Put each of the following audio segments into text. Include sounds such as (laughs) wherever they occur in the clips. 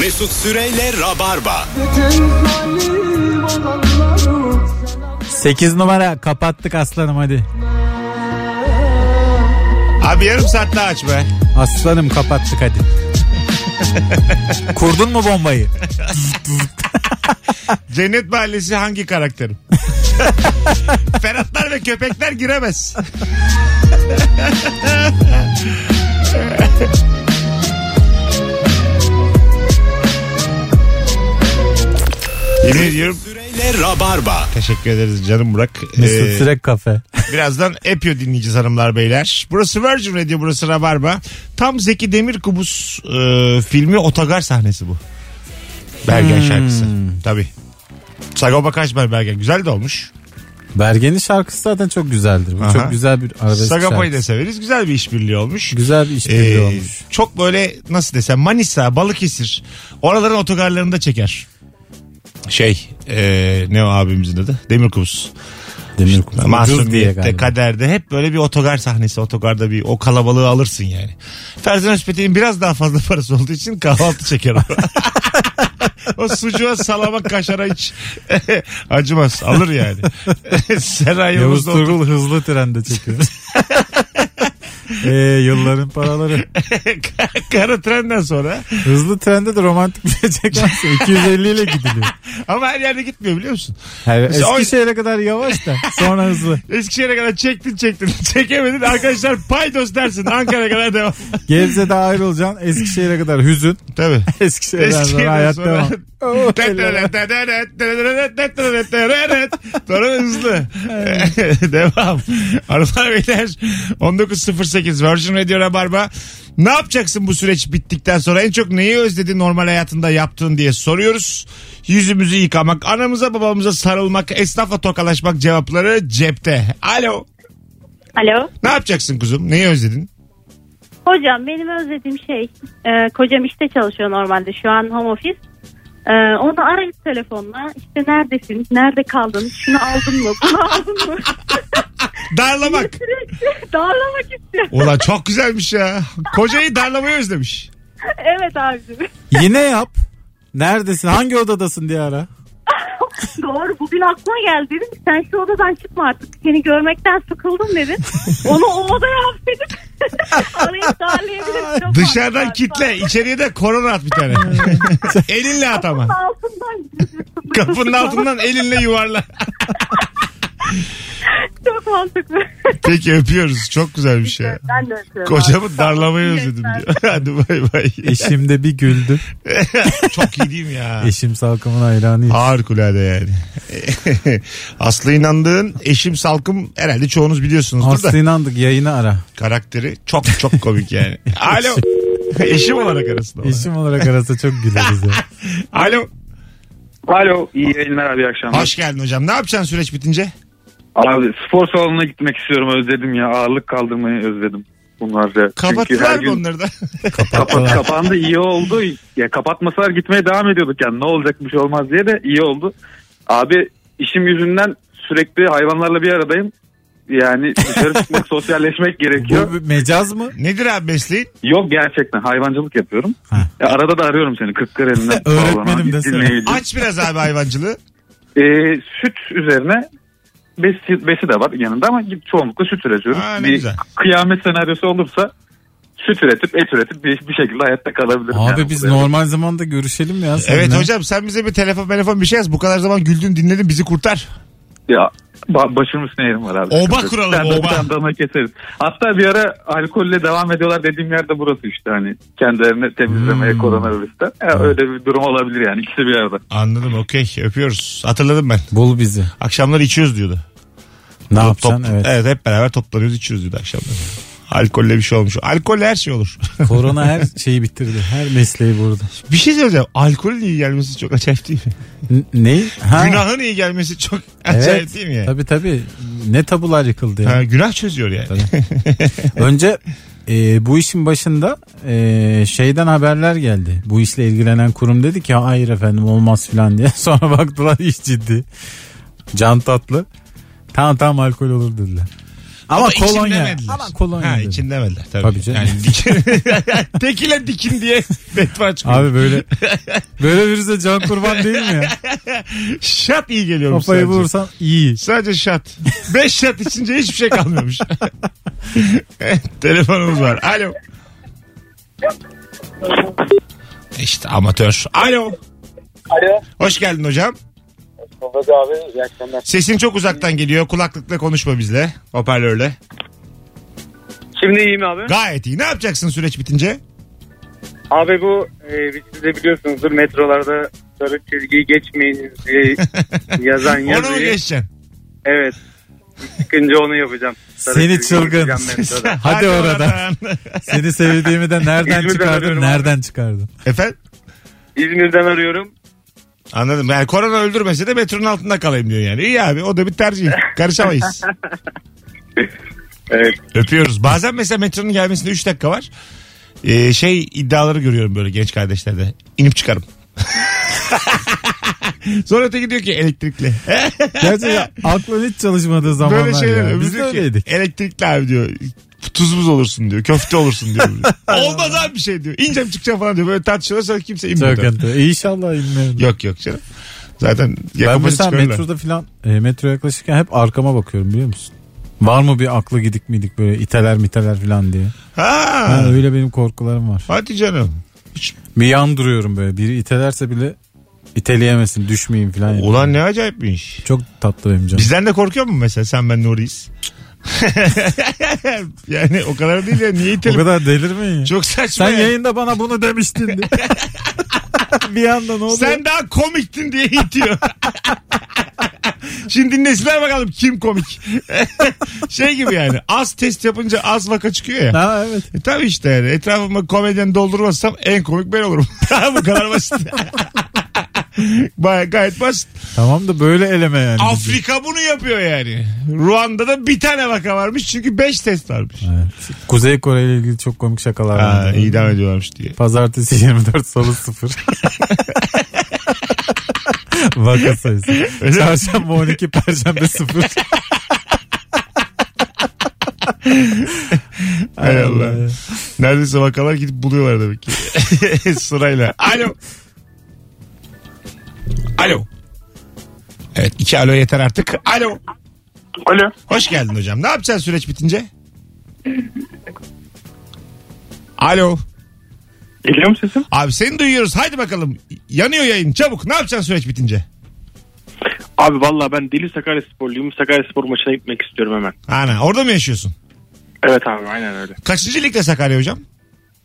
Mesut Süreyle Rabarba. 8 numara kapattık aslanım hadi. Abi yarım saat daha aç be. Aslanım kapattık hadi. (laughs) Kurdun mu bombayı? Cennet Mahallesi hangi karakterim? Ferhatlar ve köpekler giremez. Yemin ediyorum. Süreyle Rabarba. Teşekkür ederiz canım Burak. Mesut Ee, Sürek kafe. Birazdan Epio dinleyeceğiz hanımlar beyler. Burası Virgin Radio burası Rabarba. Tam Zeki Demirkubuz e, filmi Otogar sahnesi bu. Bergen Hmm. şarkısı. Tabii. Sagopa Kajmer Bergen. Güzel de olmuş. Bergen'in şarkısı zaten çok güzeldir. Bu Aha. çok güzel bir arabesk Sagopa'yı da şarkısı. severiz. Güzel bir işbirliği olmuş. Güzel bir işbirliği Ee, olmuş. Çok böyle nasıl desem Manisa, Balıkesir. Oraların otogarlarında çeker. Şey e, ne o abimizin adı? Demirkubuz. Demir Kutu. Ucuz diye Masumiyette, galiba. kaderde hep böyle bir otogar sahnesi. Otogarda bir o kalabalığı alırsın yani. Ferzan Özpetek'in biraz daha fazla (laughs) parası olduğu için kahvaltı çeker o. (laughs) o sucuğa salama kaşara hiç (laughs) acımaz. Alır yani. (laughs) Seray Yavuz Yavuz'da oturup Turgul hızlı trende çekiyor. Ee, yılların paraları. (laughs) kara trenden sonra Hızlı trende de romantik bir şey çekmezsin. 250 ile gidiliyor. ama her yerde gitmiyor biliyor musun? Yani Mesela o- Eskişehir'e kadar yavaş da sonra hızlı. Eskişehir'e kadar çektin çektin (laughs) çekemedin arkadaşlar paydos dersin Ankara'ya kadar devam. (laughs) Gebze'de ayrılacaksın. Eskişehir'e kadar hüzün. Tabii. Eskişehir'den sonra Eskişehir'den hayat sonra- devam. (laughs) Oh, helal. Sonra hızlı. Devam. Arılar Beyler 19.08 Virgin Radio Rabarba. Ne yapacaksın bu süreç bittikten sonra? En çok neyi özledin normal hayatında yaptığın diye soruyoruz. Yüzümüzü yıkamak, anamıza babamıza sarılmak, esnafla tokalaşmak cevapları cepte. Alo. Alo. Ne yapacaksın kuzum? Neyi özledin? Hocam benim özlediğim şey e, kocam işte çalışıyor normalde şu an home office. E, onu arayıp telefonla işte neredesin, nerede kaldın, şunu aldın mı, bunu (laughs) aldın mı? (laughs) Darlamak. Sürekli darlamak istiyor. (laughs) Ulan çok güzelmiş ya. Kocayı darlamayı özlemiş. evet abicim. Yine yap. Neredesin? Hangi odadasın diye (laughs) ara. (laughs) Doğru bugün aklıma geldi dedim ki, sen şu odadan çıkma artık seni görmekten sıkıldım (laughs) dedim. Onu o odaya hapsedip (laughs) arayıp darlayabilirim. Çok Dışarıdan haklı. kitle. içeriye de korona at bir tane. elinle at (laughs) ama. Altından (laughs) Kapının altından elinle yuvarla. çok mantıklı. Peki öpüyoruz. Çok güzel bir şey. (laughs) ben de öpüyorum. Kocamı darlamayı özledim diyor. (laughs) Hadi bay bay. Eşim de bir güldü. Çok iyi değil mi ya? (laughs) Eşim salkımın hayranıyım. Harikulade yani. (laughs) Aslı inandığın eşim salkım herhalde çoğunuz biliyorsunuzdur da. Aslı inandık yayını ara. Karakteri çok çok (laughs) komik yani. Alo. (laughs) Eşim olarak arasında. olan. Eşim olarak arasa çok güleriz (laughs) ya. Alo. Alo iyi yayınlar abi iyi akşamlar. Hoş geldin hocam. Ne yapacaksın süreç bitince? Abi spor salonuna gitmek istiyorum özledim ya ağırlık kaldırmayı özledim. Bunlar da çünkü her Kapattılar mı gün onları da? (laughs) kapat, kapandı iyi oldu. Ya kapatmasalar gitmeye devam ediyorduk yani ne olacak bir şey olmaz diye de iyi oldu. Abi işim yüzünden sürekli hayvanlarla bir aradayım. Yani (laughs) dışarı çıkmak sosyalleşmek gerekiyor. Bu bir mecaz mı? Nedir abi mesleğin? Yok gerçekten hayvancılık yapıyorum. Ha. Ya arada da arıyorum seni 40 kere elinden. (laughs) Öğretmenim sallanan, desene. dinleyici. Aç biraz abi hayvancılığı. Ee, süt üzerine besi, besi de var yanında ama çoğunlukla süt üretiyoruz. Aa, ne bir güzel. kıyamet senaryosu olursa süt üretip et üretip bir, bir şekilde hayatta kalabilirim. Abi yani biz bu da. normal zamanda görüşelim ya seninle. Evet hocam (laughs) sen bize bir telefon telefon bir şey yaz. Bu kadar zaman güldün dinledin bizi kurtar. Ya, ba- başımın üstüne yerim var abi. Oba Bir kuralım, tane- bir oba. tane dana keseriz. Hatta bir ara alkolle devam ediyorlar dediğim yerde burası işte hani kendilerini temizlemeye Hmm. koronavirüsten. Ya, öyle bir durum olabilir yani ikisi bir arada. Anladım okey öpüyoruz. Hatırladım ben. Bul bizi. Akşamları içiyoruz diyordu. Ne Top- yapacaksın? top- Evet. hep beraber toplanıyoruz içiyoruz diyordu akşamları. Alkolle bir şey olmuş. Alkolle her şey olur. (laughs) Korona her şeyi bitirdi. Her mesleği burada. bir şey söyleyeceğim. Alkolün iyi gelmesi çok acayip değil mi? N- neyi? Ha. Günahın iyi gelmesi çok acayip Evet. değil mi? yani? Tabii tabii. Ne tabular yıkıldı ya. Ha, günah çözüyor yani. Önce e, bu işin başında e, şeyden haberler geldi. Bu işle ilgilenen kurum dedi ki hayır efendim olmaz filan diye. (laughs) Sonra baktılar iş ciddi. Can tatlı. Tamam tamam alkol olur dediler. Ama, Ama içim kolonya. demediler. Ama kolonya. Ha dedi. içim demediler tabii. Tabii canım. Yani dikin, (laughs) tekile dikin diye (laughs) fetva çıkıyor. Abi (laughs) böyle böyle birisi can kurban değil mi ya? Şat iyi geliyormuş Kafayı sadece. vurursan iyi. Sadece şat. (laughs) Beş şat içince hiçbir şey kalmıyormuş. (laughs) Telefonumuz var. Alo. İşte amatör. Alo. Alo. Hoş geldin hocam. Babacı abi iyi akşamlar. Sesin çok uzaktan geliyor. Kulaklıkla konuşma bizle. Hoparlörle. Şimdi iyi mi abi? Gayet iyi. Ne yapacaksın süreç bitince? Abi bu e, siz de biliyorsunuzdur metrolarda sarı çizgiyi geçmeyin diye yazan Onu mu yazıyı. geçeceksin? evet. Çıkınca onu yapacağım. Seni çizgiyi çılgın. okuyacağım (laughs) metroda. Hadi oradan. Seni sevdiğimi de nereden İzmir'den çıkardın? arıyorum abi. Nereden çıkardın? (laughs) Efendim? İzmir'den arıyorum. Anladım. Yani korona öldürmese de metronun altında kalayım diyor yani. İyi abi o da bir tercih. Karışamayız. Evet. Öpüyoruz. Bazen mesela metronun gelmesinde 3 dakika var. Ee, şey iddiaları görüyorum böyle genç kardeşlerde. İnip çıkarım. (laughs) Sonra öteki diyor ki elektrikli. Gerçekten aklın hiç çalışmadığı zamanlar böyle şeyler. ya. Öbürü Biz de diyor ki, öyleydik. Elektrikli abi diyor. Tuz buz olursun diyor. Köfte (laughs) olursun diyor. Olmaz abi bir şey diyor. İneceğim çıkacağım falan diyor. Böyle tartışıyorlar sonra kimse inmiyor. Çok tabii. kötü. İnşallah inmiyorum. Yok yok canım. Zaten Ben yakında mesela çıkarırlar. metroda filan e, metro yaklaşırken hep arkama bakıyorum biliyor musun? Var mı bir aklı gidik miydik böyle iteler miteler filan diye. Ha. Ha, öyle benim korkularım var. Hadi canım. Bir yan duruyorum böyle. Biri itelerse bile iteleyemesin düşmeyeyim filan. yapıyorum. Ulan ne acayip bir iş. Çok tatlı benim canım. Bizden de korkuyor mu mesela sen ben Nuri'yiz? (laughs) yani o kadar değil ya niye O itelim? kadar delirmeyin ya. Çok saçma. Sen ya. yayında bana bunu demiştin (laughs) diye. bir anda ne oldu? Sen daha komiktin (laughs) diye itiyor. Şimdi dinlesinler bakalım kim komik. (laughs) şey gibi yani az test yapınca az vaka çıkıyor ya. Ha evet. E tabii işte yani etrafımı komedyen doldurmazsam en komik ben olurum. (laughs) Bu kadar basit. (laughs) Baya gayet basit. Tamam da böyle eleme yani. Afrika bunu yapıyor yani. Ruanda'da bir tane vaka varmış çünkü 5 test varmış. Evet. Kuzey Kore ile ilgili çok komik şakalar Ha, var. idam ediyorlarmış diye. Pazartesi (laughs) 24 salı (laughs) 0. Vaka sayısı. Öyle mi? Çarşamba 12 perşembe 0. (laughs) Hay Allah. Neredeyse vakalar gidip buluyorlar demek ki. Sırayla. Alo. Alo. Evet iki alo yeter artık. Alo. Alo. Hoş geldin hocam. Ne yapacaksın süreç bitince? Alo. Geliyor mu sesim? Abi seni duyuyoruz. Haydi bakalım. Yanıyor yayın. Çabuk. Ne yapacaksın süreç bitince? Abi valla ben deli Sakarya sporluyum. Sakarya spor maçına gitmek istiyorum hemen. Ana orada mı yaşıyorsun? Evet abi aynen öyle. Kaçıncı ligde Sakarya hocam?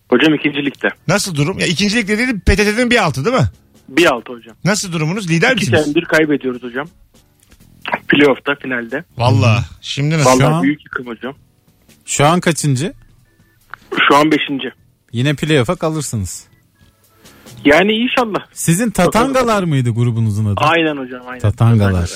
Hocam ikinci ligde. Nasıl durum? Ya ikinci ligde dedim PTT'nin bir altı değil mi? 1-6 hocam. Nasıl durumunuz? Lider İki misiniz? senedir kaybediyoruz hocam. Playoff'ta finalde. Valla. Şimdi nasıl? Şu an- Valla büyük yıkım hocam. Şu an kaçıncı? Şu an 5. Yine playoff'a kalırsınız. Yani inşallah. Sizin Tatangalar mıydı grubunuzun adı? Aynen hocam aynen. Tatangalar.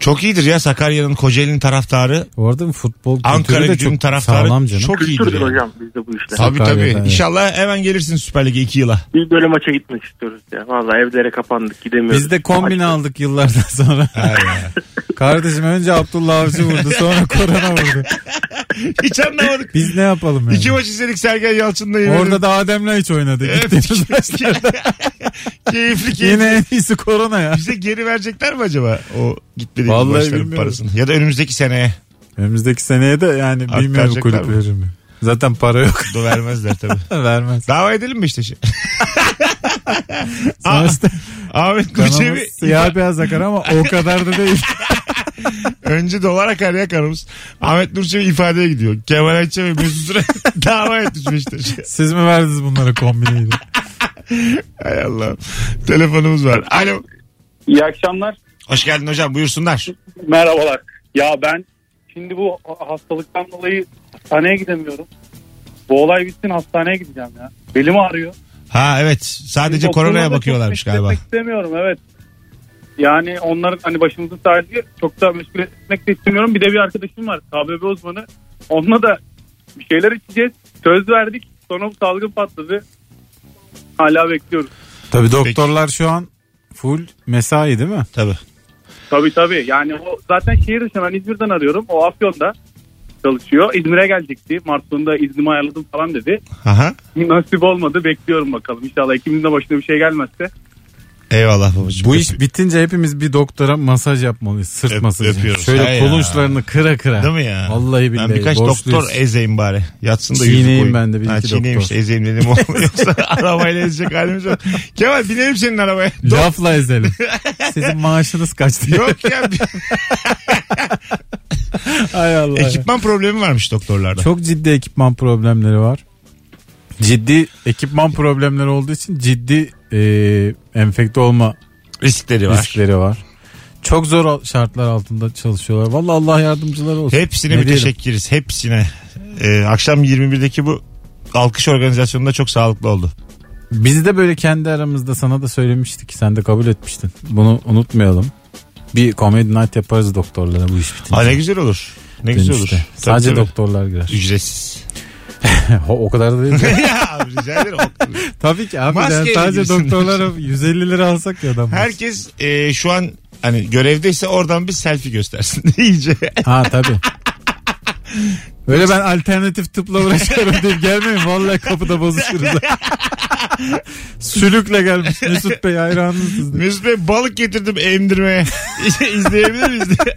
Çok iyidir ya Sakarya'nın Kocaeli'nin taraftarı. Orada mı futbol Ankara kültürü de gücünün çok taraftarı sağlam canım. çok iyidir. Kültürdür Yani. hocam bizde bu işte. Tabii tabii. Sakarya'da, evet. İnşallah hemen gelirsin Süper Lig'e 2 (laughs) yıla. Biz böyle maça gitmek istiyoruz ya. Valla evlere kapandık gidemiyoruz. Biz de kombin aldık yıllardan sonra. (laughs) Kardeşim önce Abdullah Avcı vurdu sonra korona vurdu. Hiç anlamadık. Biz ne yapalım yani? İki maç izledik Sergen Yalçın'la yemin Orada da Adem'le hiç oynadı. (laughs) Evet. Gittiğimiz maçlar. (laughs) keyifli keyifli. Yine en iyisi korona ya. Bize geri verecekler mi acaba o gitmediğimiz Vallahi maçların bilmiyorum. parasını? Ya da önümüzdeki seneye. Önümüzdeki Önümüzdeki seneye de yani bilmiyorum Aktaracaklar kulüp mı? verir mi? Zaten para yok. Do vermezler tabii. (laughs) Vermez. Dava edelim mi işte? şey? Aa, Sonuçta (laughs) Ahmet kanımız Koçevi siyah beyaz akar ama o kadar da değil. Önce dolar akar yakarımız. Ahmet Nurçevi ifadeye gidiyor. Kemal Ayça ve Mesut Süre (laughs) dava etmiş Beşiktaş'a. (laughs) Siz mi verdiniz bunlara kombiniyi? de? Hay Allah. Telefonumuz var. Alo. İyi akşamlar. Hoş geldin hocam buyursunlar. Merhabalar. Ya ben şimdi bu hastalıktan dolayı hastaneye gidemiyorum. Bu olay bitsin hastaneye gideceğim ya. Belim ağrıyor. Ha evet sadece Doktoruna da koronaya çok bakıyorlarmış meşgul galiba. etmek istemiyorum evet. Yani onların hani başımızın tacı çok da meşgul etmek de istemiyorum. Bir de bir arkadaşım var KBB uzmanı. Onunla da bir şeyler içeceğiz. Söz verdik. Sonra bu salgın patladı. Hala bekliyoruz. (laughs) Tabii doktorlar şu an full mesai değil mi? Tabii. Tabii tabii. Yani o zaten şehir dışından ben İzmir'den arıyorum. O Afyon'da. çalışıyor. İzmir'e gelecekti. Mart sonunda iznimi ayarladım falan dedi. Aha. Nasip olmadı. Bekliyorum bakalım. İnşallah ikimizin de başına bir şey gelmezse. Eyvallah babacığım. Bu iş bitince hepimiz bir doktora masaj yapmalıyız. Sırt Öp- masajı. öpüyoruz. Şöyle Hay ya. kolun uçlarını kıra kıra. Değil mi ya? Vallahi billahi. Ben birkaç borçluyuz. doktor ezeyim bari. Yatsın da Çiğneyim yüzü koyayım. ben de bir Ha, iki çiğneyim doktor. işte ezeyim dedim. (laughs) Yoksa arabayla ezecek halimiz yok. Kemal binelim senin arabaya. Lafla (laughs) ezelim. Sizin maaşınız kaç (laughs) diye. Yok ya bir- Hay Allah. ya. ekipman problemi varmış doktorlarda. Çok ciddi ekipman problemleri var. Ciddi ekipman problemleri olduğu için ciddi e, enfekte olma riskleri var. riskleri var. Çok zor al- şartlar altında çalışıyorlar. Vallahi Allah yardımcıları olsun. Hepsine Ne bir diyelim? teşekkürüz. Hepsine. Ee, akşam 21'deki bu alkış organizasyonunda çok sağlıklı oldu. Biz de böyle kendi aramızda sana da söylemiştik. Sen de kabul etmiştin. Bunu unutmayalım. Bir comedy night yaparız doktorlara bu iş bitince. Ha, ne güzel olur. Ne güzel olur. Demişti. Tabii, Sadece tabii. doktorlar girer. (laughs) Ücretsiz. (laughs) o kadar da değil. de. ya abi rica ederim. (laughs) Tabii ki abi. Maskeyle yani sadece (laughs) girsin. doktorlara 150 lira alsak ya adam. Herkes e, şu an hani görevdeyse oradan bir selfie göstersin. (laughs) İyice. Ha tabii. Öyle ben alternatif tıpla uğraşıyorum deyip gelmeyin. Vallahi kapıda bozuşuruz. Sülükle gelmiş Mesut Bey hayranınız. Mesut Bey balık getirdim (laughs) emdirmeye. İzleyebilir miyiz? diye.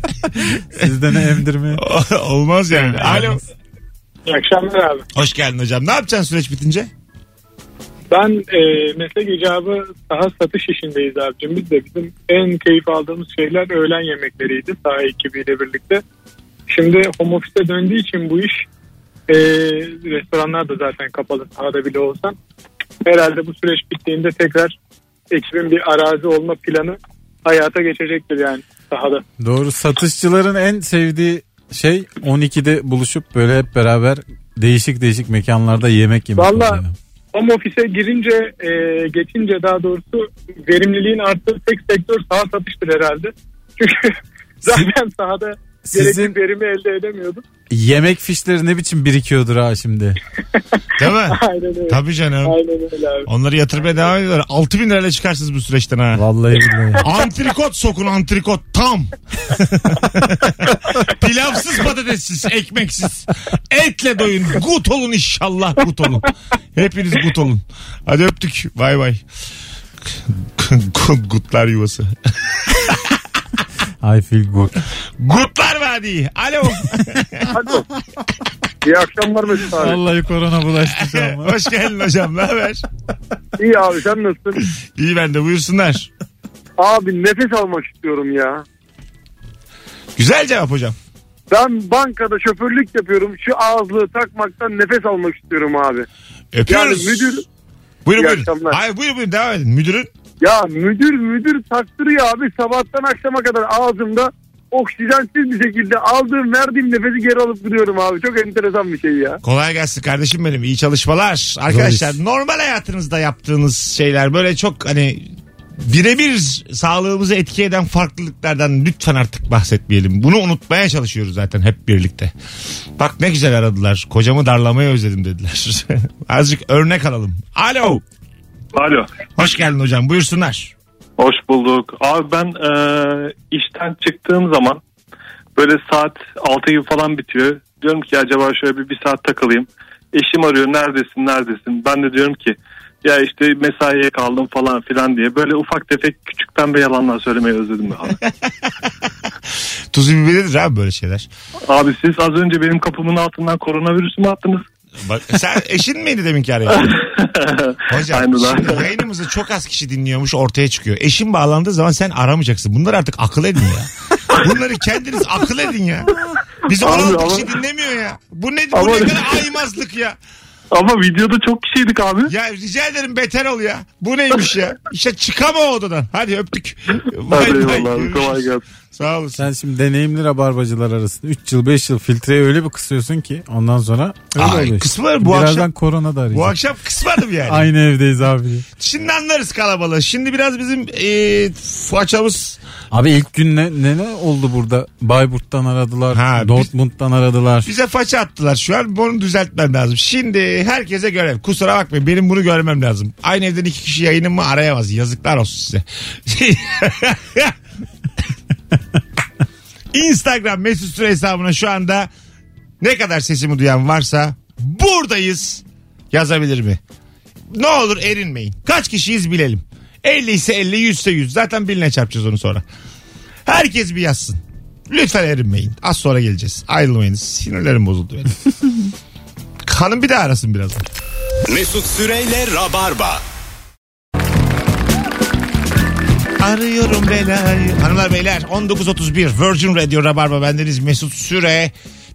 (laughs) Sizden ne emdirmeye. Olmaz yani. Alo. İyi akşamlar abi. Hoş geldin hocam. Ne yapacaksın süreç bitince? Ben e, meslek icabı daha satış işindeyiz abicim. Biz de bizim en keyif aldığımız şeyler öğlen yemekleriydi saha ekibiyle birlikte. Şimdi home office'e döndüğü için bu iş e, restoranlar da zaten kapalı sahada bile olsa. Herhalde bu süreç bittiğinde tekrar ekibin bir arazi olma planı hayata geçecektir yani sahada. Doğru satışçıların en sevdiği şey 12'de buluşup böyle hep beraber değişik değişik mekanlarda yemek yemek. Vallahi- oluyor. Home office'e girince, e, geçince daha doğrusu verimliliğin arttığı tek sektör saha satıştır herhalde. Çünkü (laughs) zaten sahada Sizin gerekli verimi elde edemiyordum. yemek fişleri ne biçim birikiyordur ha şimdi. Değil mi? Aynen öyle. Tabii canım. Aynen öyle abi. Onları yatırmaya devam ediyorlar. 6000 lirayla çıkarsınız bu süreçten ha. Vallahi billahi. Antrikot sokun antrikot tam. (laughs) Pilavsız patatessiz, ekmeksiz. Etle doyun. Gut olun inşallah gut olun. Hepiniz gut olun. Hadi öptük. Bay bay. (laughs) Gutlar yuvası. I feel good. Gutlar Vadi. Alo. İyi akşamlar Mesut Vallahi korona bulaştı şu an. (laughs) Hoş geldin hocam. Ne haber? İyi abi sen nasılsın? İyi ben de buyursunlar. Abi nefes almak istiyorum ya. Güzel cevap hocam. Ben bankada şoförlük yapıyorum. Şu ağızlığı takmaktan nefes almak istiyorum abi. Öpüyoruz. Buyurun İyi buyurun. akşamlar. Hayır buyurun buyurun devam edin. Müdürün Ya müdür müdür taktırıyor abi sabahtan akşama kadar ağzımda oksijensiz bir şekilde aldığım verdiğim nefesi geri alıp duruyorum abi. Çok enteresan bir şey ya. Kolay gelsin kardeşim benim. İyi çalışmalar. Arkadaşlar Zor iş. normal hayatınızda yaptığınız şeyler böyle çok hani birebir sağlığımızı etki eden farklılıklardan lütfen artık bahsetmeyelim. Bunu unutmaya çalışıyoruz zaten hep birlikte. Bak ne güzel aradılar. Kocamı darlamayı özledim dediler. (laughs) Azıcık örnek alalım. Alo. Alo. Hoş geldin hocam. Buyursunlar. Hoş bulduk. Abi ben e, işten çıktığım zaman böyle saat 6 gibi falan bitiyor. Diyorum ki acaba şöyle bir, bir saat takılayım. Eşim arıyor neredesin neredesin. Ben de diyorum ki ya işte mesaiye kaldım falan filan diye. Böyle ufak tefek küçük pembe yalanlar söylemeyi özledim (laughs) abi. Tuzu biberidir abi böyle şeyler. abi siz az önce benim kapımın altından koronavirüsü mü attınız? (laughs) Bak sen eşin miydi deminki arayın? Hocam Aynen abi. şimdi yayınımızı çok az kişi dinliyormuş ortaya çıkıyor. Eşin bağlandığı zaman sen aramayacaksın. Bunları artık akıl edin (laughs) ya. Bunları kendiniz akıl edin ya. Biz Abi 16 ama- kişi dinlemiyor ya. Bu ne, bu Ama- ne kadar aymazlık ya. Ama videoda çok kişiydik abi. Ya rica ederim beter ol ya. Bu neymiş ya. İşte çıkama o odadan. Hadi öptük. Vay Hadi vay, eyvallah abi, görüşürüz. kolay gelsin. Sağ olasın. Sen şimdi deneyimli rabarbacılar arasında 3 yıl 5 yıl filtreyi öyle bir kısıyorsun ki ondan sonra öyle Ay, oluyor. kısmı bu Birazdan akşam- korona da arayacak. Bu akşam kısmadım yani. Aynı evdeyiz abi. Şimdi anlarız kalabalığı. Şimdi biraz bizim e, façamız Abi ilk gün ne, ne, ne oldu burada? Bayburt'tan aradılar, Ha, biz- Dortmund'dan aradılar. Bize faça attılar şu an. Bunu düzeltmem lazım. Şimdi herkese görev. Kusura bakmayın. Benim bunu görmem lazım. Aynı evden iki kişi yayınımı arayamaz. Yazıklar olsun size. (laughs) Instagram mesut süre hesabına şu anda Ne kadar sesimi duyan varsa buradayız yazabilir mi? Ne olur erinmeyin. Kaç kişiyiz bilelim. 50 ise 50, 100 ise 100. Zaten birine çarpacağız onu sonra. Herkes bir yazsın. Lütfen erinmeyin. Az sonra geleceğiz. Ayrılmayınız. Sinirlerim bozuldu (laughs) benim. Hanım bir daha arasın birazdan. Mesut Süreyle Rabarba. Arıyorum belayı. Hanımlar beyler 19.31 Virgin Radio Rabarba bendeniz Mesut Süre.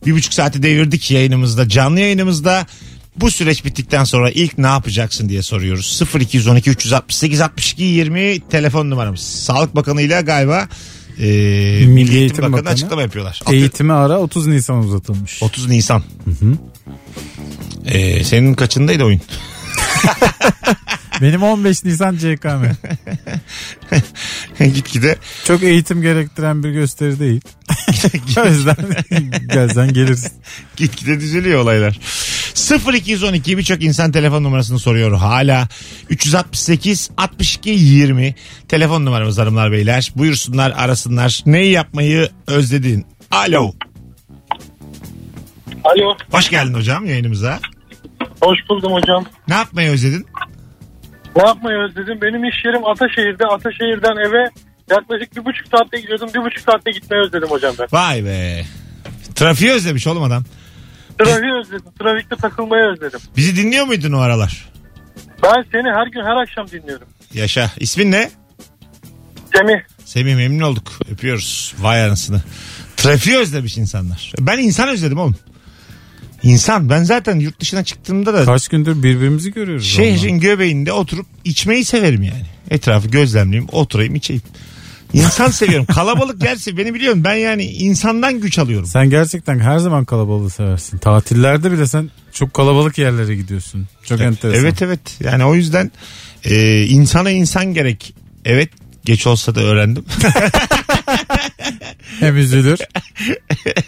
Bir buçuk saati devirdik yayınımızda canlı yayınımızda. Bu süreç bittikten sonra ilk ne yapacaksın diye soruyoruz. 0212 368 62 20 telefon numaramız. Sağlık Bakanı ile galiba e, Milli, Eğitim, Eğitim Bakanı, Bakanı. açıklama yapıyorlar. Eğitimi ara 30 Nisan uzatılmış. 30 Nisan. E, senin kaçındaydı oyun? Benim 15 Nisan (laughs) CKM. (laughs) Gitgide Çok eğitim gerektiren bir gösteri (laughs) değil. o yüzden (laughs) gelsen gelirsin. Gitgide düzeliyor olaylar. 0212 birçok insan telefon numarasını soruyor hala. 368 62 20 telefon numaramız hanımlar beyler. Buyursunlar arasınlar. Neyi yapmayı özledin? Alo. Alo. Hoş geldin hocam yayınımıza. Hoş buldum hocam. Ne yapmayı özledin? Ne yapmayı özledim? Benim iş yerim Ataşehir'de. Ataşehir'den eve yaklaşık bir buçuk saatte gidiyordum. Bir buçuk saatte gitmeyi özledim hocam ben. Vay be. Trafiği özlemiş oğlum adam. Trafiği özledim. Trafikte takılmayı özledim. Bizi dinliyor muydun o aralar? Ben seni her gün her akşam dinliyorum. Yaşa. İsmin ne? Semih. Semih memnun olduk. Öpüyoruz. Vay anasını. Trafiği özlemiş insanlar. Ben insan özledim oğlum. İnsan. Ben zaten yurt dışına çıktığımda da Kaç gündür birbirimizi görüyoruz. Şehrin göbeğinde oturup içmeyi severim yani. Etrafı gözlemleyeyim, oturayım, içeyim. İnsan (laughs) seviyorum. Kalabalık yerse beni biliyorsun. Ben yani insandan güç alıyorum. Sen gerçekten her zaman kalabalığı seversin. Tatillerde bile sen çok kalabalık yerlere gidiyorsun. Çok enteresan. Evet evet. Yani o yüzden e, insana insan gerek. Evet geç olsa da öğrendim. (laughs) Hem üzülür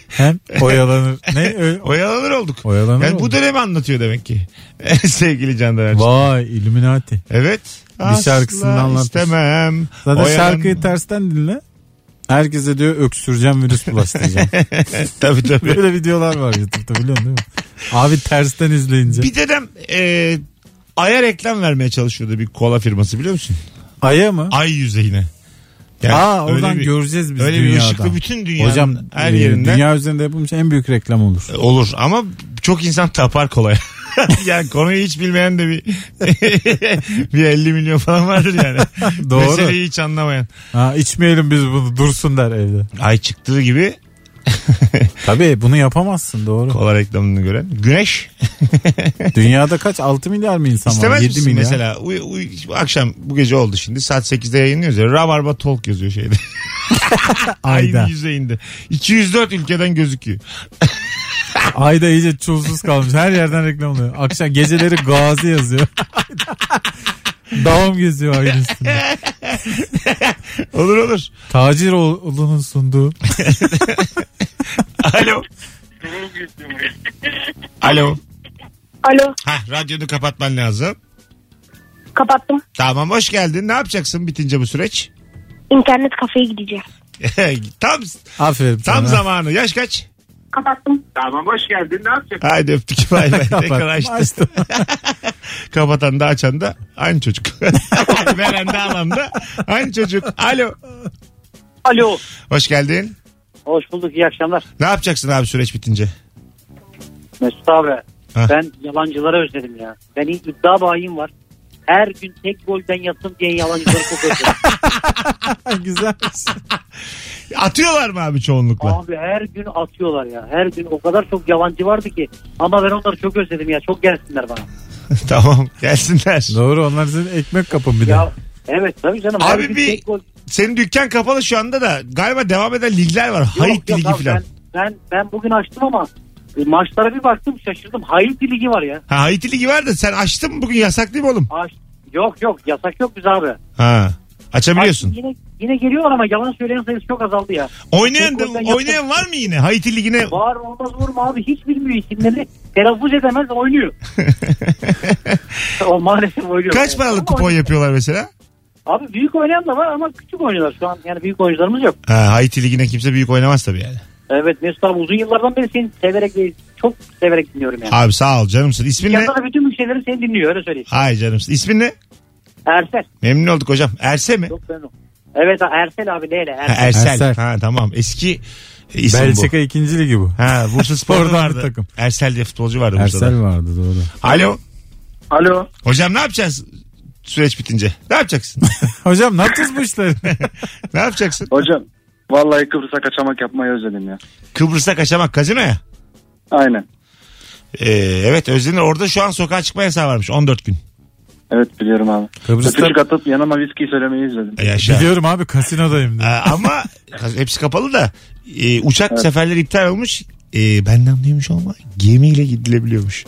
hem oyalanır. Ne? Ö- Oyalanır olduk. Oyalanır yani bu olduk. dönemi anlatıyor demek ki. (laughs) Sevgili Candan Erçin. Vay Illuminati. Evet. Bir şarkısını Asla anlatmış. istemem. Zaten Oyalan- şarkıyı tersten dinle. Herkese diyor öksüreceğim virüs (laughs) bulaştıracağım. (laughs) Tabii tabii. Böyle videolar var YouTube'da biliyorsun değil mi? Abi tersten izleyince. Bir dönem e, Ay'a reklam vermeye çalışıyordu bir kola firması biliyor musun? Aya mı? ay yüzeyine. Yani Aa öyle oradan bir- göreceğiz biz öyle bir dünyadan. ışıklı bütün dünyanın her e, yerinden- Dünya üzerinde yapılmış en büyük reklam olur. Olur ama çok insan (laughs) tapar kolay. yani konuyu hiç bilmeyen de bir (laughs) bir 50 milyon falan vardır yani. (laughs) Doğru. Meseleyi hiç anlamayan. Ha, içmeyelim biz bunu dursun der evde. Ay çıktığı gibi Tabii bunu yapamazsın doğru. kola reklamını gören. Güneş Dünyada kaç 6 milyar mı insan var? istemez 7 misin milyar. mesela? Uy, uy, akşam bu gece oldu şimdi saat 8'de yayınlıyoruz ya. Rabarba Talk yazıyor şeyde. (laughs) Ayda. Ayın yüzeyinde. 204 ülkeden gözüküyor. Ayda iyice çulsuz kalmış. Her yerden reklam oluyor. Akşam geceleri gazi yazıyor. (laughs) Davam geziyor ayın üstünde. Olur olur. Taciroğlu'nun sunduğu. Alo. Alo. Alo Ha radyonu kapatman lazım. kapattım. Tamam hoş geldin. Ne yapacaksın bitince bu süreç? (laughs) İnternet kafeye gideceğim. tam Aferin tam sana. (laughs) zamanı. Yaş kaç? Kapattım. Tamam hoş geldin ne yapacaksın? Haydi öptük. (laughs) Bay bay. Ne kadar Kapattım, açtı. açtım. Kapatan da açan da aynı çocuk. (laughs) Veren de alan da aynı çocuk. Alo. Alo. Hoş geldin. Hoş bulduk iyi akşamlar. Ne yapacaksın abi süreç bitince? Mesut abi Ha. ben yalancıları özledim ya. Ben iddia bayim var. Her gün tek gol ben yatsın diye yalancıları çok özledim. (laughs) Güzelmiş. Atıyorlar mı abi çoğunlukla? abi her gün atıyorlar ya. Her gün o kadar çok yalancı vardı ki. Ama ben onları çok özledim ya. Çok gelsinler bana. (laughs) tamam gelsinler. Doğru onlar senin ekmek kapın bir de. Ya evet tabii canım. her Abi gün bir- tek gol. Senin dükkan kapalı şu anda da galiba devam eden ligler var. Yok, Hayit yok ligi abi, falan. Ben, ben, ben bugün açtım ama e, maçlara bir baktım şaşırdım. Haiti ligi var ya. Ha Haiti Ligi var da sen açtın mı bugün yasak değil mi oğlum? Aç, yok yok yasak yok biz abi. Ha. Açabiliyorsun. Ay, Yine, yine geliyorlar ama yalan söyleyen sayısı çok azaldı ya. Oynayan, Tek golden da- oynayan var mı yine? Haiti Ligi'ne (laughs) Var olmaz olur mu abi hiç bilmiyor isimleri. Telaffuz edemez oynuyor. (laughs) o maalesef oynuyor. kaç Ama paralık kupon oynuyor. yapıyorlar mesela? Abi büyük oynayan da var ama küçük oynuyorlar şu an. Yani büyük oyuncularımız yok. Ha, Haiti Ligi'ne kimse büyük oynamaz tabii yani. Evet Mesut abi uzun yıllardan beri seni severek ve çok severek dinliyorum yani. Abi sağ ol canımsın. İsmin ne? Yazan bütün müşterilerim seni dinliyor öyle söyleyeyim. Ay canımsın. İsmin ne? Ersel. Memnun olduk hocam. Erse mi? Çok memnun. Evet Ersel abi neyle? Ha, Ersel. Ersel. Ersel. Ha tamam. Eski isim Belçika ikinci ligi bu. bu. Ha Bursa (laughs) Spor'da Oradan vardı. bir takım. Ersel diye futbolcu vardı Bursa'da. Ersel vardı doğru. Alo. Alo. Hocam ne yapacaksın süreç bitince? (laughs) Ne yapacaksın? Hocam ne yapacağız bu işleri? ne yapacaksın? Hocam vallahi Kıbrıs'a kaçamak yapmayı özledim ya. Kıbrıs'a kaçamak kazinoya. Aynen. Ee, evet Özdenir orada şu an sokağa çıkma yasağı varmış 14 gün. Evet biliyorum abi. (laughs) Kıbrıs'ta Öpücük atıp yanıma viski söylemeyi izledim. Ee, Yaşa. (laughs) biliyorum abi kasinodayım. Ee, diye. ama hepsi kapalı da ee, uçak seferleri iptal olmuş. Ee, benden duymuş olma gemiyle gidilebiliyormuş.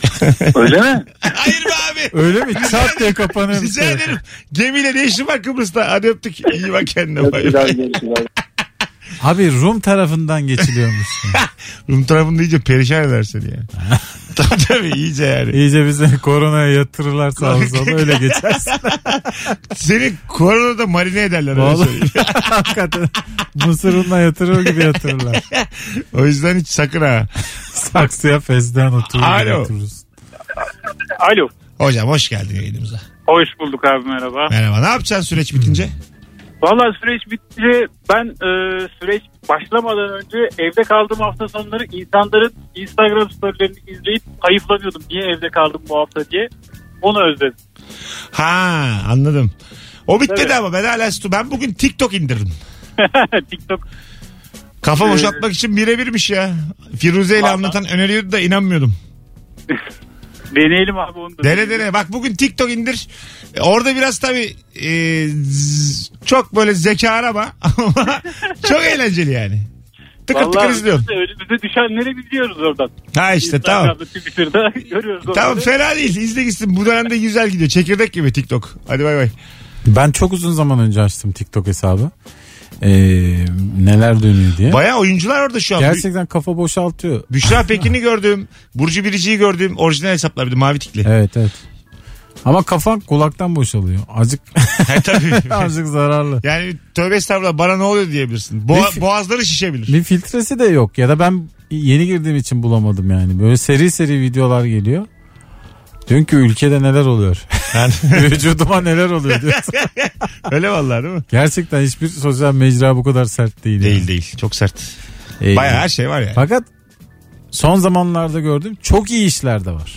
Öyle mi? (laughs) Hayır be (laughs) abi. Öyle mi? Çat diye kapanıyor. şey. Rica ederim. Gemiyle ne işin var Kıbrıs'ta? Hadi öptük. İyi bak kendine. Bay bay. Öpücükler görüşürüz. Abi Rum tarafından geçiliyormuş. Rum tarafında iyice perişan eder seni (laughs) yani. tabii tabii iyice yani. İyice bize (laughs) koronaya yatırırlar sağ olsun. Öyle geçersin. Seni koronada marine ederler. öyle söyleyeyim. Vallahi şey. (laughs) hakikaten Mısır'ınla yatırır gibi yatırırlar. O yüzden hiç sakın ha. Saksıya fezden oturur gibi Alo. otururuz. Alo. Hocam hoş geldin yayınımıza. Hoş bulduk abi merhaba. Merhaba. Ne yapacaksın süreç bitince? Valla süreç bitti. Ben e, süreç başlamadan önce evde kaldığım hafta sonları insanların Instagram storylerini izleyip hayıflanıyordum. Niye evde kaldım bu hafta diye. Onu özledim. (laughs) Ha anladım. O bitmedi Evet. ama ben hala stu. Ben bugün TikTok indirdim. TikTok. Kafa boşaltmak için birebirmiş ya. Firuze ile Vallahi. anlatan öneriyordu da inanmıyordum. Deneyelim abi onu da. Dene dene. Bak bugün TikTok indir. E, Orada biraz tabii e, z- çok böyle zeka arama ama (laughs) çok eğlenceli yani. Tıkır tıkır izliyorum. önümüze, önümüze düşenleri biliyoruz oradan. Ha işte tamam. Instagram'da, Twitter'da (laughs) görüyoruz oradan. Tamam fena değil. İzle gitsin. Bu dönemde güzel gidiyor. Çekirdek gibi TikTok. Hadi bay bay. Ben çok uzun zaman önce açtım TikTok hesabı. Ee, neler dönüyor diye. Baya oyuncular orada şu an. Gerçekten kafa boşaltıyor. Büşra Pekin'i gördüm. Burcu Birici'yi gördüm. Orijinal hesaplar bir de mavi tikli. Evet evet. Ama kafan kulaktan boşalıyor. Azıcık (laughs) Ha, (laughs) tabii. azıcık zararlı. yani tövbe estağfurullah bana ne oluyor diyebilirsin. Boğa- Bir- boğazları şişebilir. Bir filtresi de yok ya da ben yeni girdiğim için bulamadım yani. Böyle seri seri videolar geliyor. Diyorsun ki ülkede neler oluyor? Yani, (laughs) Vücuduma neler oluyor diyorsun. öyle vallahi değil mi? (laughs) Gerçekten hiçbir sosyal mecra bu kadar sert değil. yani. Değil değil. Çok sert. Ee, Baya her şey var yani. Fakat son zamanlarda gördüm çok iyi işler de var.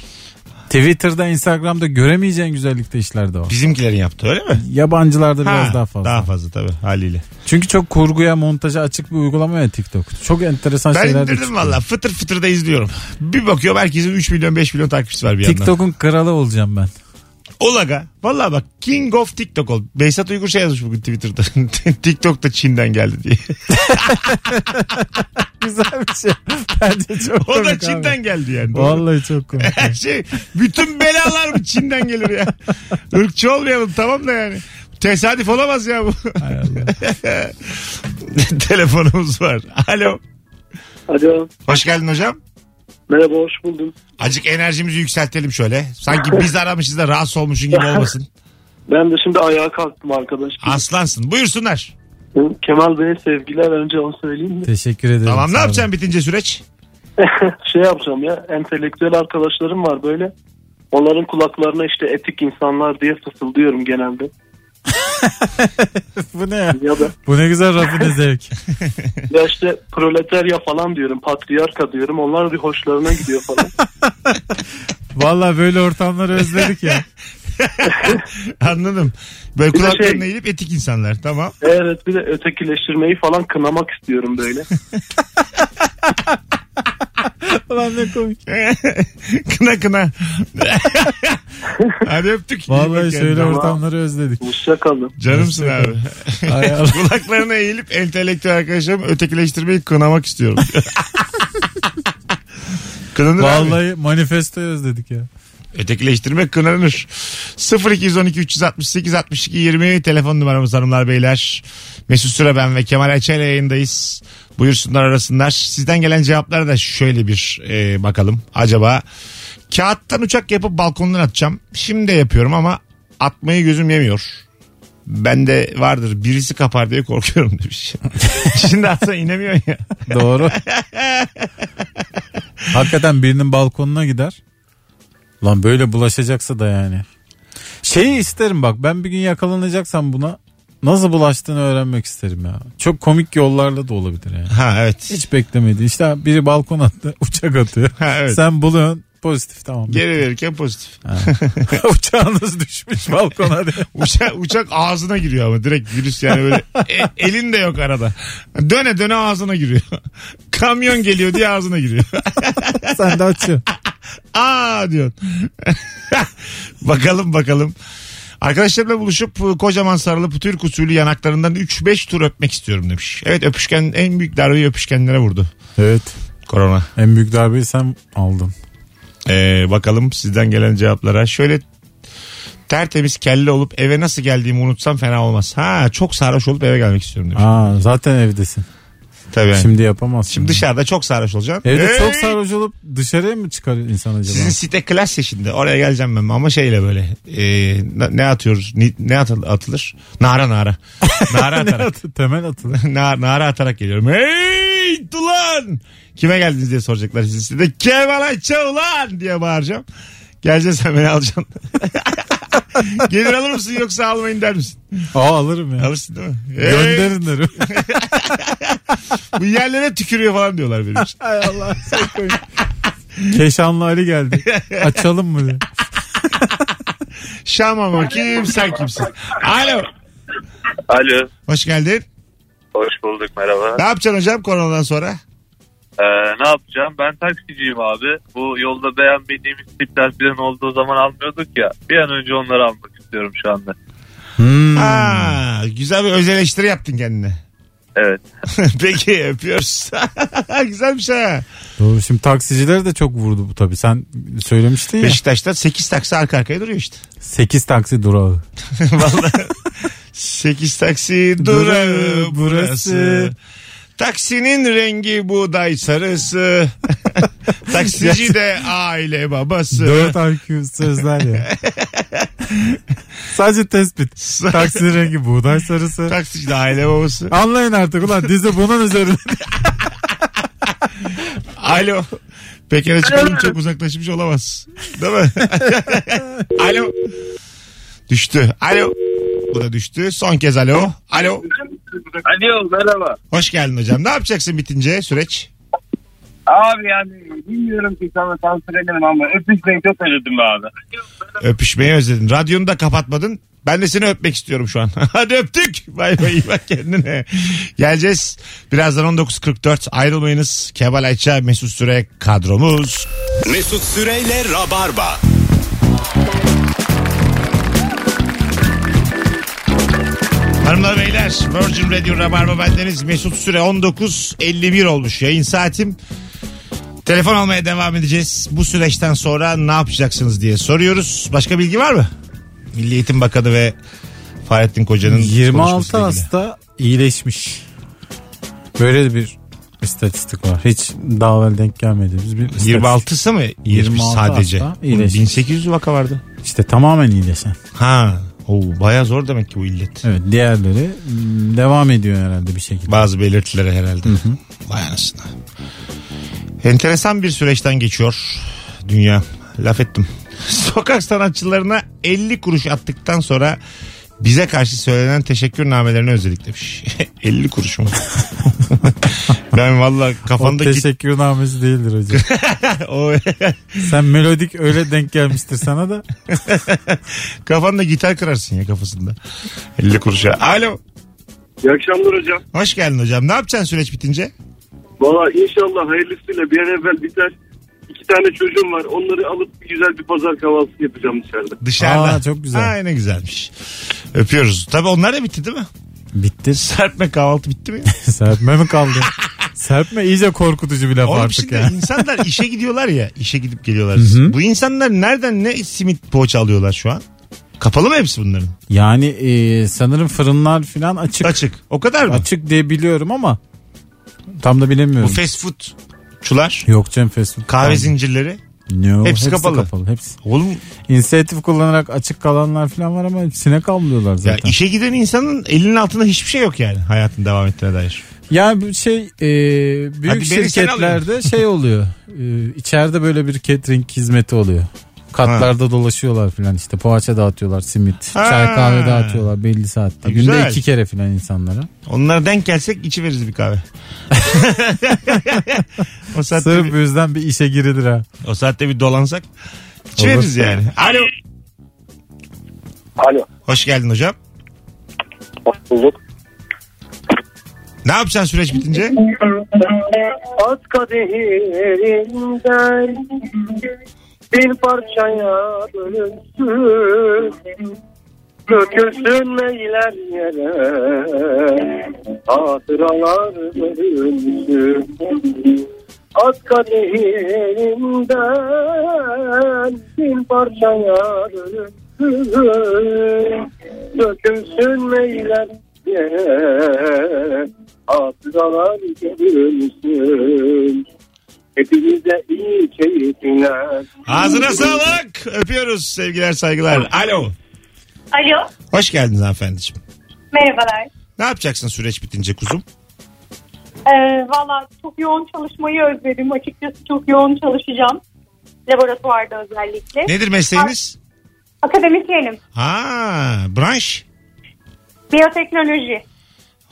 Twitter'da, Instagram'da göremeyeceğin güzellikte işler de var. Bizimkilerin yaptı öyle mi? Yabancılarda Ha, biraz daha fazla. Daha fazla tabii haliyle. Çünkü çok kurguya, montaja açık bir uygulama ya TikTok. Çok enteresan Ben şeyler de indirdim çıkıyor. valla fıtır fıtır da izliyorum. Bir bakıyorum herkesin 3 milyon 5 milyon takipçisi var bir yandan. TikTok'un kralı olacağım (laughs) ben. Olaga. Valla bak King of TikTok ol. Beysat Uygur şey yazmış bugün Twitter'da. (laughs) TikTok da Çin'den geldi diye. (laughs) Güzel bir şey. (laughs) Bence çok O da komik abi. Çin'den geldi yani. Vallahi çok (laughs) komik. Her şey bütün belalar mı Çin'den gelir ya? Irkçı olmayalım tamam da yani. Tesadüf olamaz ya bu. (laughs) Telefonumuz var. Alo. Alo. Hoş geldin hocam. Merhaba hoş buldum. Acık enerjimizi yükseltelim şöyle. Sanki biz aramışız da rahatsız olmuşsun gibi olmasın. Ben de şimdi ayağa kalktım arkadaş. Aslansın. Buyursunlar. Kemal Bey'e sevgiler önce onu söyleyeyim mi? (laughs) Teşekkür ederim. Tamam ne sağ olun. yapacaksın bitince süreç? (laughs) şey yapacağım ya entelektüel arkadaşlarım var böyle. Onların kulaklarına işte etik insanlar diye fısıldıyorum genelde. Bu ne ya? Ya da Bu ne güzel rafine zevk. ya işte proletarya falan diyorum, patriyarka diyorum. Onlar bir hoşlarına gidiyor falan. (laughs) Valla böyle ortamları özledik (laughs) ya. Anladım. Böyle Bir de kulaklarına şey- eğilip etik insanlar. Tamam. (laughs) E, evet bir de ötekileştirmeyi falan kınamak istiyorum böyle. Ulan ne komik. kına kına. Hadi öptük. İyi bak Vallahi şöyle kendine. ortamları özledik. Hoşça kalın. Canımsın abi. (laughs) Ay Allah. (laughs) Kulaklarına eğilip entelektüel arkadaşlarımı ötekileştirmeyi kınamak istiyorum. (laughs) kınanır abi. Vallahi manifestoyu özledik ya. Ötekileştirme kınanır. 0212 368 62 20 telefon numaramız hanımlar beyler. Mesut Süre ben ve Kemal Ayça'yla yayındayız. Buyursunlar arasınlar. Sizden gelen cevaplara da şöyle bir e, bakalım. Acaba kağıttan uçak yapıp balkondan atacağım. Şimdi de yapıyorum ama atmayı gözüm yemiyor. Ben de vardır birisi kapar diye korkuyorum (laughs) demiş. Şimdi atsa inemiyor ya. Doğru. (laughs) Hakikaten birinin balkonuna gider. Lan böyle bulaşacaksa da yani. Şeyi isterim bak ben bir gün yakalanacaksam buna nasıl bulaştığını öğrenmek isterim ya. Çok komik yollarla da olabilir yani. Ha evet. Hiç beklemedi. İşte biri balkon attı, (laughs) uçak atıyor. Ha, evet. Sen buluyorsun. Pozitif (laughs) tamam. Geri verirken pozitif. Uçağınız düşmüş balkona diye. Uça, uçak ağzına giriyor ama direkt virüs yani böyle E- elin de yok arada. Döne döne ağzına giriyor. Kamyon geliyor diye ağzına giriyor. Sen de açıyorsun. Aa diyorsun. (laughs) bakalım bakalım. Arkadaşlarımla buluşup e, kocaman sarılıp Türk usulü yanaklarından 3-5 tur öpmek istiyorum demiş. Evet öpüşken en büyük darbeyi öpüşkenlere vurdu. Evet. Korona. En büyük darbeyi sen aldın. Ee, bakalım sizden gelen cevaplara. Şöyle tertemiz kelle olup eve nasıl geldiğimi unutsam fena olmaz. Ha çok sarhoş olup eve gelmek istiyorum demiş. Aa, zaten evdesin. Tabii yani. Şimdi, Şimdi yapamazsın. dışarıda çok sarhoş olacaksın. Hmm. Evde Ee, çok sarhoş olup dışarıya mı çıkar insan acaba? Sizin site klas ya şimdi. Oraya geleceğim ben ama şeyle böyle. Ee, na- ne atıyoruz? Ni- Ne atıl- atılır? Nara (laughs) nara. Nara atarak. Atı- Temel atılır. nara, nara atarak geliyorum. Hey ulan! Kime geldiniz diye soracaklar sizin sitede. Kemal Ayça ulan diye bağıracağım. Geleceksin sen beni alacaksın. (laughs) Gelir alır mısın yoksa almayın der misin? Aa alırım ya. Alırsın değil mi? Hey, Gönderin derim. (laughs) bu yerlere tükürüyor falan diyorlar benim için. Hay Allah çok komik. Keşanlı Ali (laughs) geldi. Açalım mı? diye. Şam ama kim sen kimsin? Alo. Alo. Hoş geldin. Hoş bulduk merhaba. Ne yapacaksın hocam koronadan sonra? Ee, ne yapacağım? Ben taksiciyim abi. Bu yolda beğenmediğimiz tipler falan olduğu zaman almıyorduk ya. Bir an önce onları almak istiyorum şu anda. Ha, güzel bir öz eleştiri yaptın kendine. (laughs) Evet. Peki öpüyoruz. (laughs) güzel bir şey. ha. Doğru şimdi taksicileri de çok vurdu bu tabii. Sen söylemiştin ya. Beşiktaş'ta 8 taksi arka arkaya duruyor işte. (laughs) 8 taksi durağı. 8 taksi durağı burası. Taksinin rengi buğday sarısı. Taksici de aile babası. 4 IQ sözler ya. Sadece tespit. Taksi rengi buğday sarısı. (laughs) Taksici de aile babası. Anlayın artık ulan dizi bunun üzerine. Alo. Pekala çıkalım çok uzaklaşmış olamaz. Değil mi? (laughs) alo. Düştü. Alo. Bu da düştü. Son kez alo. Alo. Alo merhaba. Hoş geldin hocam. Ne yapacaksın bitince süreç? Abi yani bilmiyorum ki sana tam söylemedim ama öpüşmeyi çok özledim be abi. Öpüşmeyi özledin. Radyonu da kapatmadın. Ben de seni öpmek istiyorum şu an. (laughs) Hadi öptük. Bay bay iyi bak kendine. Geleceğiz. Birazdan 19.44 ayrılmayınız. Kemal Ayça Mesut Süre kadromuz. Mesut Süreyle Rabarba. Hanımlar beyler Virgin Radio Rabarba bendeniz Mesut Süre 19.51 olmuş yayın saatim. Telefon almaya devam edeceğiz. Bu süreçten sonra ne yapacaksınız diye soruyoruz. Başka bilgi var mı? Milli Eğitim Bakanı ve Fahrettin Koca'nın 26 konuşmasıyla ilgili. hasta iyileşmiş. Böyle bir istatistik var. Hiç daha evvel denk gelmediğimiz bir istatistik. 26'sı mı? 26 26 sadece. hasta iyileşmiş. 1800 vaka vardı. İşte tamamen iyileşen. Ha. Oo, bayağı zor demek ki bu illet. Evet diğerleri mm, devam ediyor herhalde bir şekilde. Bazı belirtileri herhalde. Vay anasını. Enteresan bir süreçten geçiyor dünya. Laf ettim. (laughs) Sokak sanatçılarına 50 kuruş attıktan sonra bize karşı söylenen teşekkür namelerini özledik demiş. (laughs) 50 kuruş mu? (laughs) ben valla O kafamda git. teşekkürnamesi değildir hocam. (laughs) O, (laughs) Sen melodik öyle denk gelmiştir sana da. kafanda gitar kırarsın ya kafasında. 50 kuruşa. Alo. İyi akşamlar hocam. Hoş geldin hocam. Ne yapacaksın süreç bitince? Valla inşallah hayırlısıyla bir an evvel biter. İki tane çocuğum var. Onları alıp güzel bir pazar kahvaltısı yapacağım dışarıda. Dışarıda. Aa, çok güzel. Aa, ne güzelmiş. Öpüyoruz. Tabii onlar da bitti değil mi? Bitti. Serpme (laughs) kahvaltı bitti mi? Serpme mi kaldı? Serpme iyice korkutucu bir laf Oğlum şey artık şimdi ya. insanlar işe gidiyorlar ya. işe gidip geliyorlar. hı. Bu insanlar nereden ne simit poğaça alıyorlar şu an? Kapalı mı hepsi bunların? Yani e, sanırım fırınlar falan açık. Açık. O kadar mı? Açık diye biliyorum ama tam da Bu bilemiyorum. fast foodçular, Yok Cem fast food. kahve Tamam. zincirleri. No, Hepsi kapalı. Hepsi. Oğlum İnisiyatif kullanarak açık kalanlar falan var ama hepsine kalmıyorlar ya zaten. işe giden insanın elinin altında hiçbir şey yok yani hayatın devam ettiğine dair. Yani bu şey e, büyük Hadi beni sen şirketlerde şey oluyor. E, içeride böyle bir catering hizmeti oluyor. Katlarda dolaşıyorlar filan işte poğaça dağıtıyorlar simit Ha. çay kahve dağıtıyorlar belli saatte Ha, günde güzel. iki kere filan insanlara Onlara denk gelsek içi veririz bir kahve. (laughs) o saatte, sırf bir, bu yüzden bir işe girilir ha o saatte bir dolansak içi Olur. veririz yani. Alo. Alo. Hoş geldin hocam. Hoş bulduk. Ne yapacaksın süreç bitince? At kadehi elinden bir parçaya bölünsün. Dökülsün meyler yere, hatıralar bölünsün. At kadehi elinden bir parçaya bölünsün. Dökülsün meyler yere, hatıralar bölünsün. Hepinize iyi keyifler. Ağzına sağlık. Öpüyoruz sevgiler saygılar. Alo. Alo. Hoş geldiniz hanımefendiciğim. Merhabalar. Ne yapacaksın süreç bitince kuzum? Ee, Valla çok yoğun çalışmayı özledim. Açıkçası çok yoğun çalışacağım. Laboratuvarda özellikle. Nedir mesleğiniz? A- Akademisyenim. Ha, branş. Biyoteknoloji.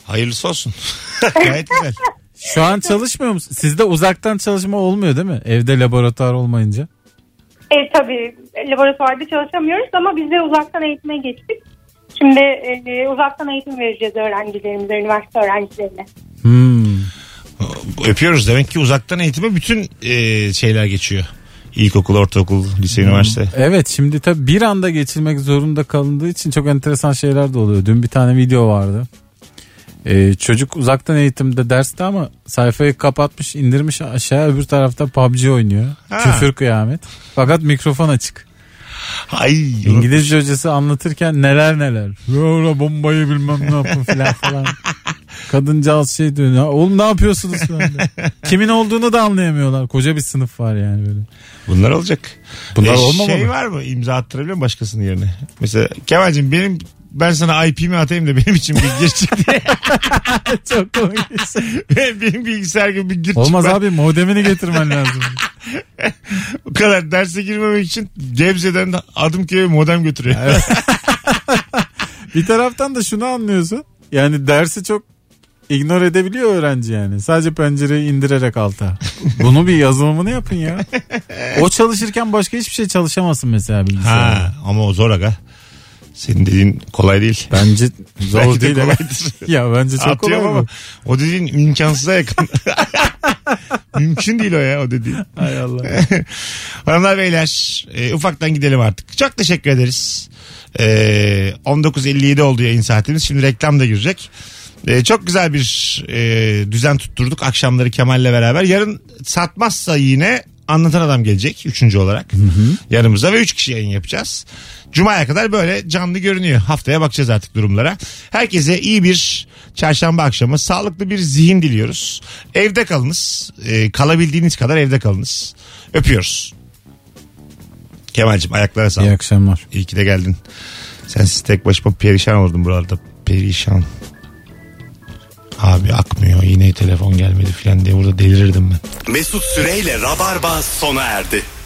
Hayırlısı olsun. (laughs) Gayet güzel. şu an çalışmıyor musun sizde uzaktan çalışma olmuyor değil mi evde laboratuvar olmayınca E, tabii laboratuvarda çalışamıyoruz ama biz de uzaktan eğitime geçtik. Şimdi e, uzaktan eğitim vereceğiz öğrencilerimize, üniversite öğrencilerine. hmm. Öpüyoruz demek ki uzaktan eğitime bütün e, şeyler geçiyor. İlkokul, ortaokul, lise, üniversite. Evet şimdi tabii bir anda geçilmek zorunda kalındığı için çok enteresan şeyler de oluyor. Dün bir tane video vardı. Ee, çocuk uzaktan eğitimde derste ama sayfayı kapatmış indirmiş aşağı öbür tarafta PUBG oynuyor. Ha. Küfür kıyamet. Fakat mikrofon açık. Ay. İngilizce hocası anlatırken neler neler. Böyle bombayı bilmem ne yapın filan falan. Kadıncağız şey diyor. "Ya Oğlum ne yapıyorsunuz falan diyor. Kimin olduğunu da anlayamıyorlar. Koca bir sınıf var yani böyle. Bunlar olacak. Bunlar E, olmamalı. Şey var mı? İmza attırabiliyor musun başkasının yerine? Mesela Kemal'cim benim ben sana IP'mi atayım da benim için bir gir çık (laughs) diye. Çok komik. benim bilgisayar gibi bir gir çık Olmaz var. abi modemini getirmen lazım. O kadar derse girmemek için Gebze'den Adımköy'e modem götürüyor. Bir taraftan da şunu anlıyorsun. Yani dersi çok ignore edebiliyor öğrenci yani. Sadece pencereyi indirerek alta. Bunu bir yazılımını yapın ya. O çalışırken başka hiçbir şey çalışamazsın mesela bilgisayarda. (laughs) ha, ama o zor aga. Senin dediğin kolay değil. (laughs) Bence Belki zor de değil. (laughs) kolaydır. ya bence çok Atıyorum kolay ama ama. o dediğin imkansıza yakın. (laughs) Mümkün değil o ya o dediğin. Hay Allah. (laughs) Hanımlar beyler e, ufaktan gidelim artık. Çok teşekkür ederiz. E, 19.57 oldu yayın saatimiz. Şimdi reklam da girecek. E, çok güzel bir e, düzen tutturduk akşamları Kemal'le beraber. Yarın satmazsa yine anlatan adam gelecek üçüncü olarak yanımıza ve üç kişi yayın yapacağız. Cuma'ya kadar böyle canlı görünüyor. Haftaya bakacağız artık durumlara. Herkese iyi bir çarşamba akşamı sağlıklı bir zihin diliyoruz. Evde kalınız. E, kalabildiğiniz kadar evde kalınız. Öpüyoruz. Kemal'cim ayaklara sağlık. İyi akşamlar. İyi ki de geldin. Sensiz tek başıma perişan oldum buralarda. Perişan. Abi akmıyor yine telefon gelmedi filan diye burada delirirdim ben. Mesut Süreyle Rabarba sona erdi.